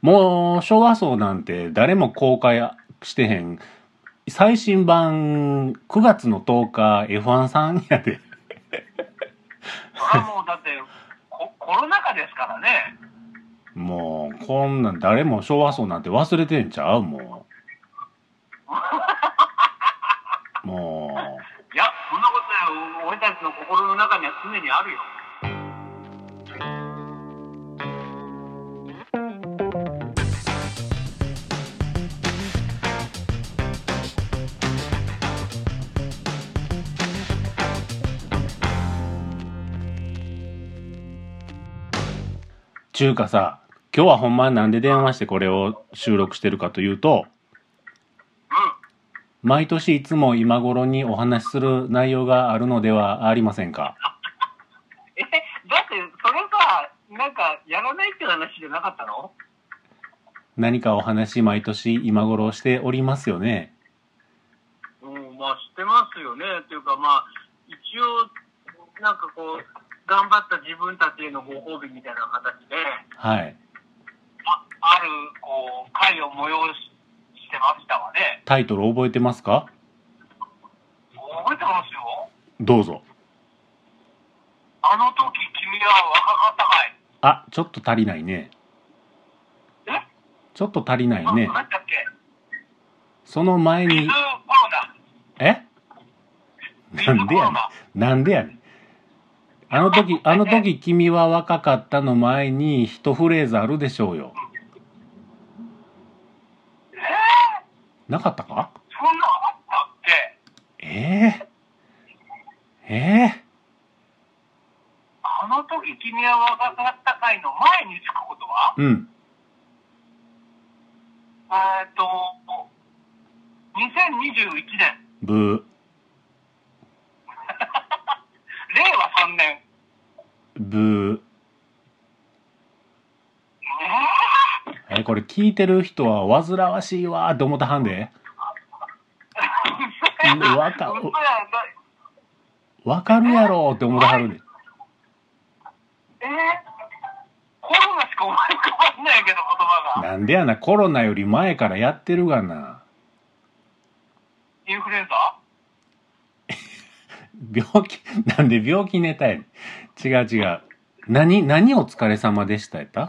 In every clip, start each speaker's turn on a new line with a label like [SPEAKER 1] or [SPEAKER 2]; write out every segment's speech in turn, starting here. [SPEAKER 1] もう昭和層なんて誰も公開してへん最新版9月の10日 F1 さんやで
[SPEAKER 2] それはもうだってコ コロナ禍ですからね
[SPEAKER 1] もうこんなん誰も昭和層なんて忘れてんちゃうもうも
[SPEAKER 2] いやそんなことない俺たちの心の中には常にあるよ
[SPEAKER 1] う中華さ今日はほんまなんで電話してこれを収録してるかというと
[SPEAKER 2] うん
[SPEAKER 1] 毎年いつも今頃にお話しする内容があるのではありませんか
[SPEAKER 2] えだってそれさなんかやらないっていう話じゃなかったの
[SPEAKER 1] 何かお話毎年今頃しておりますよね
[SPEAKER 2] うんまあ知ってますよねっていうかまあ一応なんかこう頑張った自分たちへのご褒美みたいな形で
[SPEAKER 1] はい
[SPEAKER 2] ああるこう会を催ししてましたわね
[SPEAKER 1] タイトル覚えてますか
[SPEAKER 2] 覚えてますよ
[SPEAKER 1] どうぞ
[SPEAKER 2] あの時君は若かったかい
[SPEAKER 1] あちょっと足りないね
[SPEAKER 2] え
[SPEAKER 1] ちょっと足りない
[SPEAKER 2] あ
[SPEAKER 1] ね
[SPEAKER 2] なんだっけ
[SPEAKER 1] その前
[SPEAKER 2] ビ
[SPEAKER 1] に
[SPEAKER 2] ズコロナ
[SPEAKER 1] え
[SPEAKER 2] ビ
[SPEAKER 1] な
[SPEAKER 2] ズ
[SPEAKER 1] んで
[SPEAKER 2] コ
[SPEAKER 1] や
[SPEAKER 2] ロ
[SPEAKER 1] ね
[SPEAKER 2] ナ
[SPEAKER 1] んなんでやねんあの時あの時君は若かったの前に一フレーズあるでしょうよ
[SPEAKER 2] えー、
[SPEAKER 1] なかったか
[SPEAKER 2] そんなんあったっけ
[SPEAKER 1] えー、えー
[SPEAKER 2] あの時君は若かったかいの前につくことは
[SPEAKER 1] うん
[SPEAKER 2] えーっと、2021年、
[SPEAKER 1] ブ
[SPEAKER 2] 令和3年。
[SPEAKER 1] ーブーえこれ聞いてる人は煩わしいわーって思ったはんでうわか
[SPEAKER 2] 嘘やな
[SPEAKER 1] わかるやろーって思ったはるで
[SPEAKER 2] えー、コロナしか思い浮かばんないけど、言葉が。
[SPEAKER 1] なんでやなコロナより前からやってるがな
[SPEAKER 2] インフルエンザ
[SPEAKER 1] 病気なんで病気ネタやねん違う違う何何お疲れ様でしたやった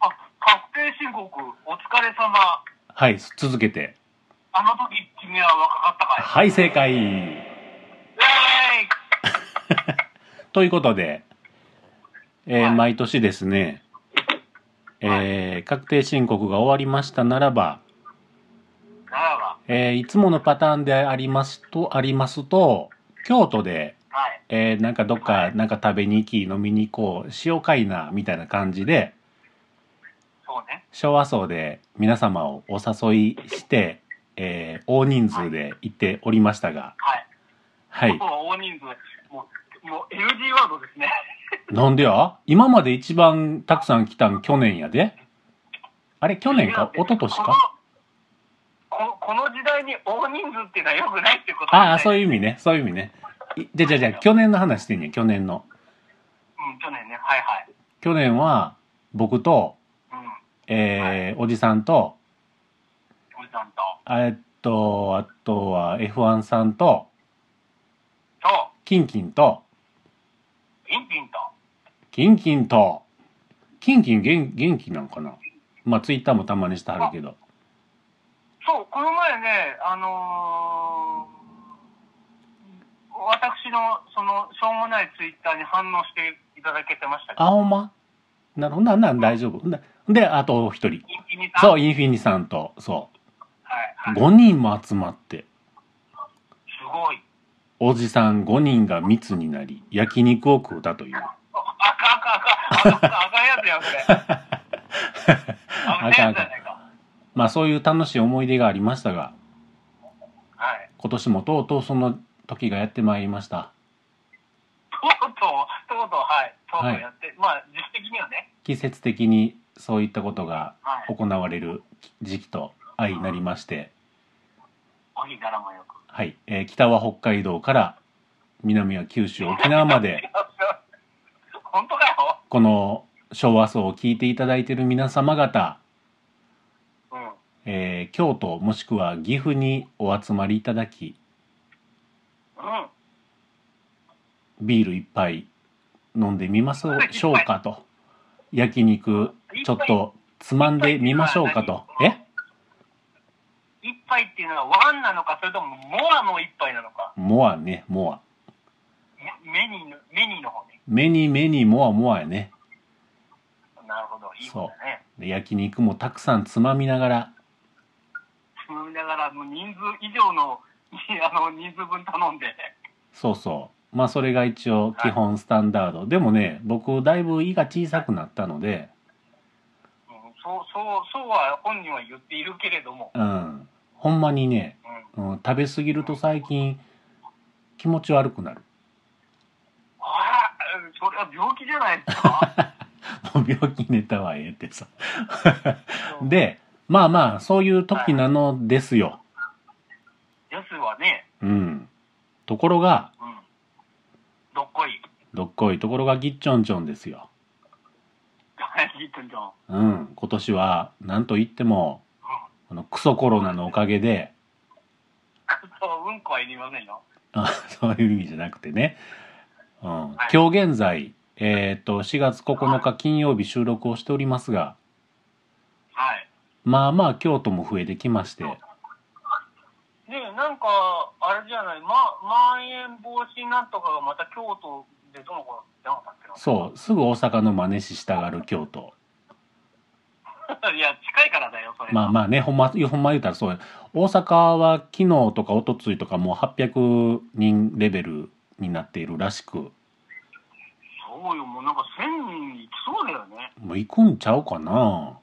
[SPEAKER 2] あ、確定申告、お疲れ様。
[SPEAKER 1] はい続けて
[SPEAKER 2] あの時君は若かったか
[SPEAKER 1] はい正解
[SPEAKER 2] い。えーい
[SPEAKER 1] ということで、えー
[SPEAKER 2] はい
[SPEAKER 1] 毎年ですね、えー確定申告が終わりましたならば
[SPEAKER 2] ならば、
[SPEAKER 1] えーいつものパターンでありますと、ありますと、京都で、
[SPEAKER 2] はい。
[SPEAKER 1] えーなんかどっか、なんか食べに行き、飲みに行こう、しようかいな、みたいな感じで、
[SPEAKER 2] そうね。
[SPEAKER 1] 昭和層で皆様をお誘いして、えー大人数で行っておりましたが、
[SPEAKER 2] はい。
[SPEAKER 1] はい
[SPEAKER 2] 今。日は大人数、もう、もう LG ワードですね。
[SPEAKER 1] なんでや今まで一番たくさん来たん去年やで。あれ去年か一昨年か
[SPEAKER 2] このここの時代に大人数っていうのはよくないってこと
[SPEAKER 1] ああ、そう
[SPEAKER 2] いう、
[SPEAKER 1] いう意味ね。そういう意味ね。いじゃあじゃあじゃあ去年の話してんねん、去年の。
[SPEAKER 2] うん、去年ねはいはい、
[SPEAKER 1] 去年は、僕と、
[SPEAKER 2] うん、
[SPEAKER 1] えーおじさんと、
[SPEAKER 2] おじさんと
[SPEAKER 1] えっと、あとは F1 さんと、
[SPEAKER 2] そ
[SPEAKER 1] キンキンと、
[SPEAKER 2] うインピンと
[SPEAKER 1] キンキンと、キンキン元元気なんかなまあ、ツイッターもたまにしてはるけど。
[SPEAKER 2] そうこの前ねあのー私のそのしょうもないツイッターに反応していただけてましたけど
[SPEAKER 1] あ、ほんまなるほど、なんなん大丈夫。で、であとお一人。
[SPEAKER 2] インピンさん
[SPEAKER 1] そう、
[SPEAKER 2] はい
[SPEAKER 1] インフィニさんと、そ
[SPEAKER 2] は
[SPEAKER 1] う。
[SPEAKER 2] い、
[SPEAKER 1] 5人も集まって、
[SPEAKER 2] すごい
[SPEAKER 1] おじさん5人が密になり、焼肉を食うたという。
[SPEAKER 2] あ赤赤赤赤赤いやつやんそれ 赤いやつじゃないか
[SPEAKER 1] まあ、そういう楽しい思い出がありましたが、
[SPEAKER 2] はい
[SPEAKER 1] 今年もとうとうその時がやってまいりました。
[SPEAKER 2] とうとう、とうとう、はい、とうとうやって、まあ、実質的にはね、
[SPEAKER 1] 季節的にそういったことが
[SPEAKER 2] はい、
[SPEAKER 1] 行われる時期と相なりまして、
[SPEAKER 2] お日柄もよく。
[SPEAKER 1] はいえー北は北海道から南は九州沖縄まで
[SPEAKER 2] 本当かよ。
[SPEAKER 1] この昭和層を聞いていただいている皆様方、
[SPEAKER 2] うん。うん。
[SPEAKER 1] えー京都もしくは岐阜にお集まりいただき、ビール一杯飲んでみましょうしょうかと。焼肉ちょっとつまんでみましょうかと。え
[SPEAKER 2] 一杯っていうのはワンなのか、それともモアの一杯なのか。
[SPEAKER 1] モアね、モア。
[SPEAKER 2] メニーの、メニーの方ね。
[SPEAKER 1] メニメニモアモアやね。
[SPEAKER 2] なるほど。いいことだね。
[SPEAKER 1] で焼肉もたくさんつまみながら、
[SPEAKER 2] 飲みながら、もう人数以上の、あの、人数分頼んで。
[SPEAKER 1] そうそう。まあそれが一応基本スタンダード。でもね、僕だいぶ胃が小さくなったので、
[SPEAKER 2] うんそう、そう、そうは本人は言っているけれども。
[SPEAKER 1] うん。ほんまにね、
[SPEAKER 2] うん。
[SPEAKER 1] うん、食べ過ぎると最近気持ち悪くなる。
[SPEAKER 2] ああ、それは病気じゃないですか。
[SPEAKER 1] もう病気ネタはええってさ。で、まあまあ、そういう時なのですよ。
[SPEAKER 2] やつはね、
[SPEAKER 1] うん。ところが、
[SPEAKER 2] うん。どっこい。
[SPEAKER 1] どっこいところがぎっちょんちょんですよ。
[SPEAKER 2] はい、いいとんじゃん。
[SPEAKER 1] うん。今年は、なんといっても、このクソコロナのおかげで、
[SPEAKER 2] そう、うんこはいりませんよ。
[SPEAKER 1] あ そういう意味じゃなくてね。うん
[SPEAKER 2] い。
[SPEAKER 1] 今日現在、えっ、と、4月9日金曜日収録をしておりますが、
[SPEAKER 2] はい。
[SPEAKER 1] まあまあ京都も増えてきまして、
[SPEAKER 2] で、なんか、あれじゃない、ま、まん延防止なんとかがまた京都でどの子じゃなかったっ
[SPEAKER 1] そう、すぐ大阪の真似ししたがる京都。
[SPEAKER 2] けな。いや、近いからだよ、それ。
[SPEAKER 1] まあまあね、ほんま、ほんま言うたらそうや。大阪は昨日とか一昨日とかもう800人レベルになっているらしく、
[SPEAKER 2] そうよ、もうなんか1000人いきそうだよね。
[SPEAKER 1] もう行くんちゃうかな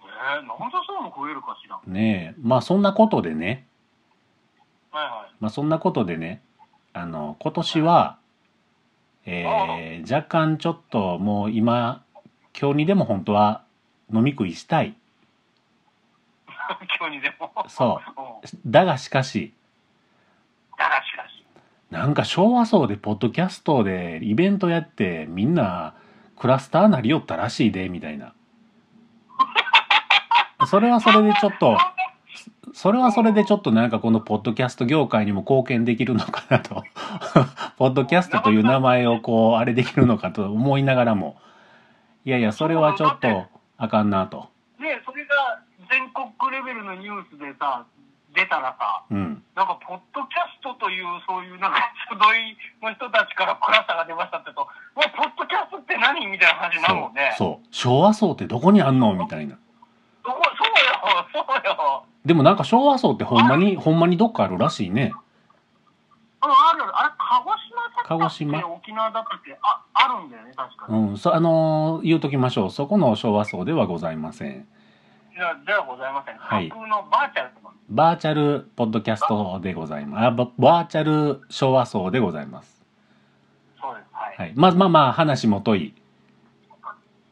[SPEAKER 2] えー、なんでそうも増えるかしら。
[SPEAKER 1] ねえ。まあそんなことでね、
[SPEAKER 2] はいはい。
[SPEAKER 1] まあそんなことでね、あの、今年は、えー、若干ちょっともう今、今日にでも本当は飲み食いしたい。
[SPEAKER 2] 今日にでも。
[SPEAKER 1] そ
[SPEAKER 2] うん。
[SPEAKER 1] う。だがしかし、
[SPEAKER 2] だらしかし。
[SPEAKER 1] なんか昭和層でポッドキャストでイベントやってみんなクラスターなりよったらしいで、みたいな。それはそれでちょっと、それはそれでちょっとなんかこのポッドキャスト業界にも貢献できるのかなと。 ポッドキャストという名前をこう、あれできるのかと思いながらも、いやいや、それはちょっとあかんなと。
[SPEAKER 2] ねそれが全国レベルのニュースでさ、出たらさ、
[SPEAKER 1] うん。
[SPEAKER 2] なんか、ポッドキャストという、そういう、なんか、集いの人たちからクラスターが出ましたってと、うわ、ポッドキャストって何みたいな話になるもんね。
[SPEAKER 1] そう。そう。昭和層ってどこにあんのみたいな。
[SPEAKER 2] そこそうよ、そうよ。
[SPEAKER 1] でもなんか昭和層ってほんまに、ほんまにどっかあるらしいね。
[SPEAKER 2] あの、あるある、あれ、鹿児島だったっ
[SPEAKER 1] 鹿児島
[SPEAKER 2] け沖縄だったっけあ、あるんだよね、確か
[SPEAKER 1] う
[SPEAKER 2] に。
[SPEAKER 1] ん。そ、あのー言うときましょう。そこの昭和層ではございません。
[SPEAKER 2] じゃあ、ではございません。
[SPEAKER 1] はい
[SPEAKER 2] 架空のバーチャルとか。
[SPEAKER 1] バーチャルポッドキャストでございます。あ、ババーチャル昭和層でございます。
[SPEAKER 2] そうです。はい。
[SPEAKER 1] はい。まあまあまあ、話もとい。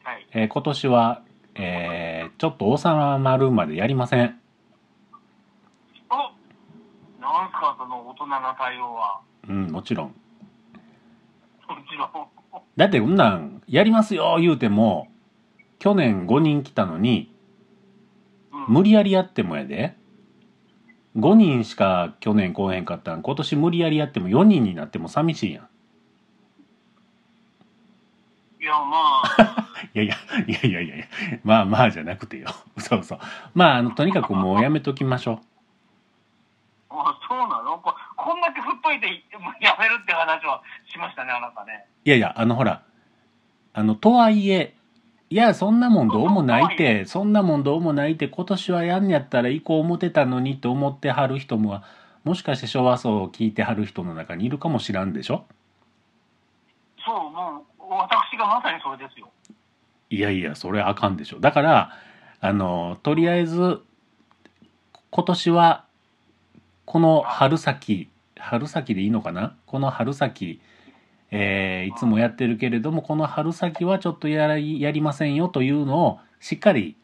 [SPEAKER 2] はい。
[SPEAKER 1] えー今年は、えーちょっと王様丸までやりません。
[SPEAKER 2] おなんすか、その大人な対応は。
[SPEAKER 1] うん、もちろん。
[SPEAKER 2] もちろん。
[SPEAKER 1] だってこんなん、やりますよ言うても、去年5人来たのに、
[SPEAKER 2] うん
[SPEAKER 1] 無理やりやってもやで。5人しか去年来へんかったん、今年無理やりやっても4人になっても寂しいやん。
[SPEAKER 2] いや、まあ、
[SPEAKER 1] いやいや、いやいやいやいや、まあまあじゃなくてよ。 そうそう。まあ、あの、とにかくもうやめときましょ
[SPEAKER 2] あそうなのここんだけ振っといてもうやめるって話はしましたね、あなたね。
[SPEAKER 1] う。いやいや、あの、ほら、あの、とはいえ、いや、そんなもんどうもないて、そんなもんどうもないて、今年はやんやったら以降思ってたのにと思ってはる人も、もしかして昭和層を聞いてはる人の中にいるかもしらんでしょ
[SPEAKER 2] そう、もう、私がまさにそれですよ。
[SPEAKER 1] いやいや、それあかんでしょ。だから、あの、とりあえず、今年は、この春先、春先でいいのかなこの春先、えーいつもやってるけれども、この春先はちょっとやらいやりませんよというのを、しっかり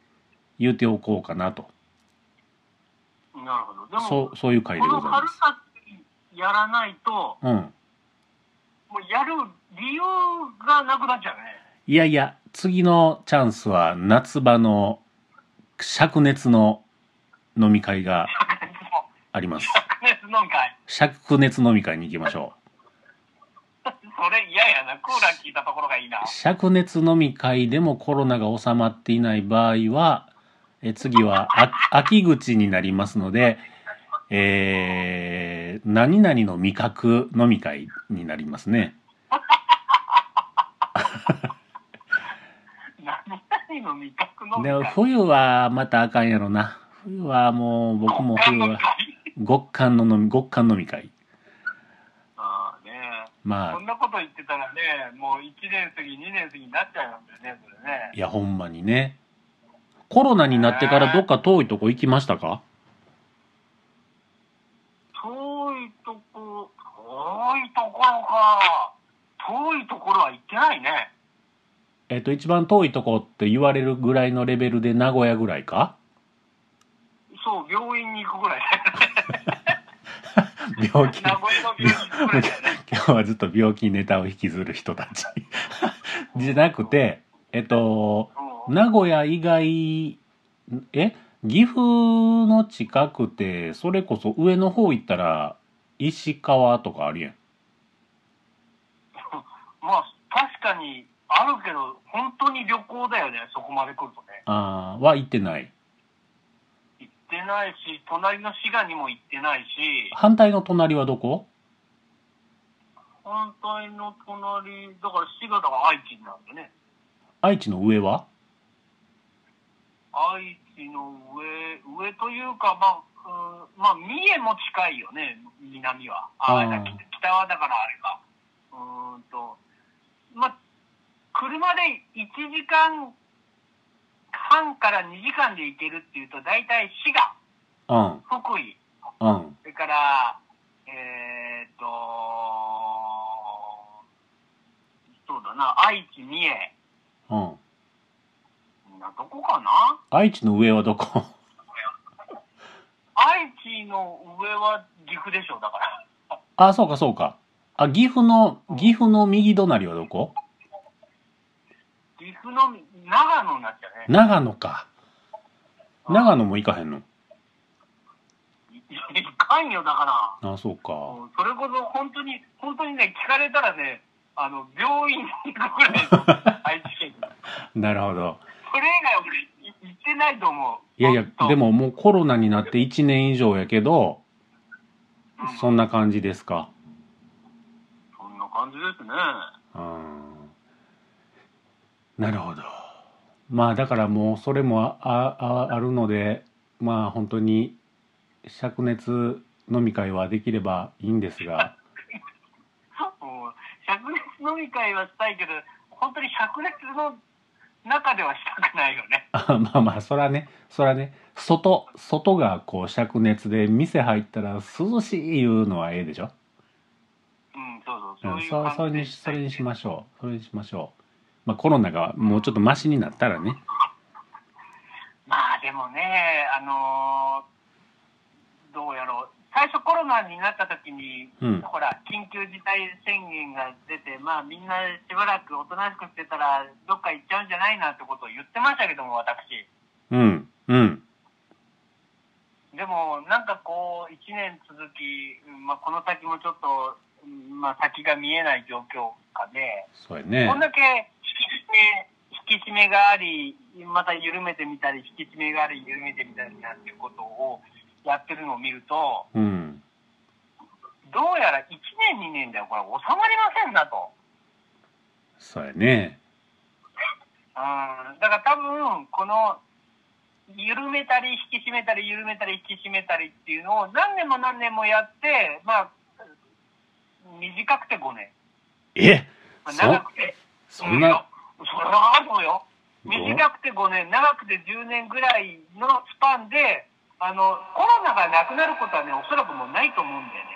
[SPEAKER 1] 言うておこうかなと。
[SPEAKER 2] なるほど。でも、
[SPEAKER 1] そう、そういう回で
[SPEAKER 2] こ
[SPEAKER 1] ご
[SPEAKER 2] の
[SPEAKER 1] ざいま
[SPEAKER 2] 春
[SPEAKER 1] す。
[SPEAKER 2] 先やらないと、
[SPEAKER 1] うん。
[SPEAKER 2] もうやる理由がなくなっちゃうね。
[SPEAKER 1] いやいや、次のチャンスは夏場の灼熱の飲み会があります。
[SPEAKER 2] 灼熱飲み会。
[SPEAKER 1] 灼熱飲み会に行きましょ
[SPEAKER 2] それ嫌やな。クーラー効いたところがいいな
[SPEAKER 1] う。。灼熱飲み会でもコロナが収まっていない場合は、え次はあ秋口になりますので、えー、何々の味覚飲み会になりますね。
[SPEAKER 2] 何々の味覚飲み
[SPEAKER 1] で
[SPEAKER 2] 会。
[SPEAKER 1] 冬はまたあかんやろな。冬はもう僕も
[SPEAKER 2] 飲
[SPEAKER 1] 冬
[SPEAKER 2] み
[SPEAKER 1] は
[SPEAKER 2] 会。
[SPEAKER 1] 極寒の飲み、極寒飲み会。
[SPEAKER 2] ああね。
[SPEAKER 1] ま
[SPEAKER 2] そ
[SPEAKER 1] あ
[SPEAKER 2] ん、なこと言ってたらね、もう1年過ぎ、2年過ぎになっちゃいますよね、それね。
[SPEAKER 1] いやほんまにね。コロナになってからどっか遠いとこ行きましたか
[SPEAKER 2] 遠いとこ、遠いところか。遠いところは行ってないね。
[SPEAKER 1] えっと、一番遠いとこって言われるぐらいのレベルで名古屋ぐらいか
[SPEAKER 2] そう、病院に行くぐらい
[SPEAKER 1] 病
[SPEAKER 2] だよね。
[SPEAKER 1] 気。
[SPEAKER 2] 名
[SPEAKER 1] 今
[SPEAKER 2] 古屋の病院に行くぐらいだよね。
[SPEAKER 1] 日はずっと病気ネタを引きずる人たち。 じゃなくて、えっと、
[SPEAKER 2] うん
[SPEAKER 1] 名古屋以外、え岐阜の近くて、それこそ上の方行ったら、石川とかあるやん。
[SPEAKER 2] まあ、確かにあるけど、本当に旅行だよね、そこまで来るとね。
[SPEAKER 1] あーは行ってない。
[SPEAKER 2] 行ってないし、隣の滋賀にも行ってないし、
[SPEAKER 1] 反対の隣はどこ
[SPEAKER 2] 反対の隣、だから滋賀だから愛知になるよね。
[SPEAKER 1] 愛知の上は
[SPEAKER 2] 愛知の上、上というか、まあ、うんまあ、三重も近いよね、南は。あ
[SPEAKER 1] あー
[SPEAKER 2] あ北北はだからあれか。うーんと、まあ、車で1時間半から2時間で行けるっていうと、大体滋賀、
[SPEAKER 1] うん、
[SPEAKER 2] 福井、
[SPEAKER 1] うん。
[SPEAKER 2] それから、えーっと、そうだな、愛知、三重、
[SPEAKER 1] うん。
[SPEAKER 2] などこかな
[SPEAKER 1] 愛知の上はどこ
[SPEAKER 2] 愛知の上は岐阜でしょ、だから。
[SPEAKER 1] あ、そうかそうか。あ、岐阜の、岐阜の右隣はどこ
[SPEAKER 2] 岐阜の長野になっちゃうね。
[SPEAKER 1] 長野か。長野も行かへんの。
[SPEAKER 2] いいかんよ、だか
[SPEAKER 1] あ、そう
[SPEAKER 2] ら。
[SPEAKER 1] か。
[SPEAKER 2] もうそれこそ本当に、本当にね、聞かれたらね、あの、病院に行くぐらい の愛知県に。
[SPEAKER 1] なるほど。
[SPEAKER 2] それ以外俺、い行ってないと思う。
[SPEAKER 1] いやいや
[SPEAKER 2] 本当、
[SPEAKER 1] で、ももうコロナになって1年以上やけど、
[SPEAKER 2] うんそ
[SPEAKER 1] そんな感じですか。
[SPEAKER 2] んな感じですね。
[SPEAKER 1] うん。なるほど。まあだからもうそれもああああるので、まあ本当に灼熱飲み会はできればいいんですが、
[SPEAKER 2] もう、灼熱飲み会はしたいけど、本当に灼熱の中ではしたくないよね。
[SPEAKER 1] あまあまあそらねそらね外外がこう灼熱で店入ったら涼しいいうのはええでしょ
[SPEAKER 2] うん、そう
[SPEAKER 1] う
[SPEAKER 2] そう、そ
[SPEAKER 1] ん
[SPEAKER 2] ういう
[SPEAKER 1] そう
[SPEAKER 2] 感じ
[SPEAKER 1] それ
[SPEAKER 2] で
[SPEAKER 1] に
[SPEAKER 2] し
[SPEAKER 1] そ
[SPEAKER 2] たい
[SPEAKER 1] れにしましょうそれにしましょうまあコロナがもうちょっとマシになったらね
[SPEAKER 2] まあでもね、あのーどうやろう、最初コロナになった時に、
[SPEAKER 1] うん
[SPEAKER 2] ほら、緊急事態宣言が出て、まあみんなしばらくおとなしくしてたら、どっか行っちゃうんじゃないなってことを言ってましたけども、私。
[SPEAKER 1] うんうん
[SPEAKER 2] でも、なんかこう、1年続き、うんまあこの先もちょっと、うんまあ先が見えない状況下で、
[SPEAKER 1] そうやね
[SPEAKER 2] こんだけ引き締め、引き締めがあり、また緩めてみたり、引き締めがあり、緩めてみたりなんていうことをやってるのを見ると、
[SPEAKER 1] うん
[SPEAKER 2] どうやら1年、2年ではこれ収まりませんなと。
[SPEAKER 1] そうやね
[SPEAKER 2] うん、だから多分、この、緩めたり、引き締めたり、緩めたり、引き締めたりっていうのを何年も何年もやって、まあ、短くて5年。
[SPEAKER 1] え
[SPEAKER 2] まあ
[SPEAKER 1] そ
[SPEAKER 2] 長くて。
[SPEAKER 1] そんな
[SPEAKER 2] うん。それはあるのよ。短くて5年、長くて10年ぐらいのスパンで、あの、コロナがなくなることはね、おそらくもうないと思うんだよね。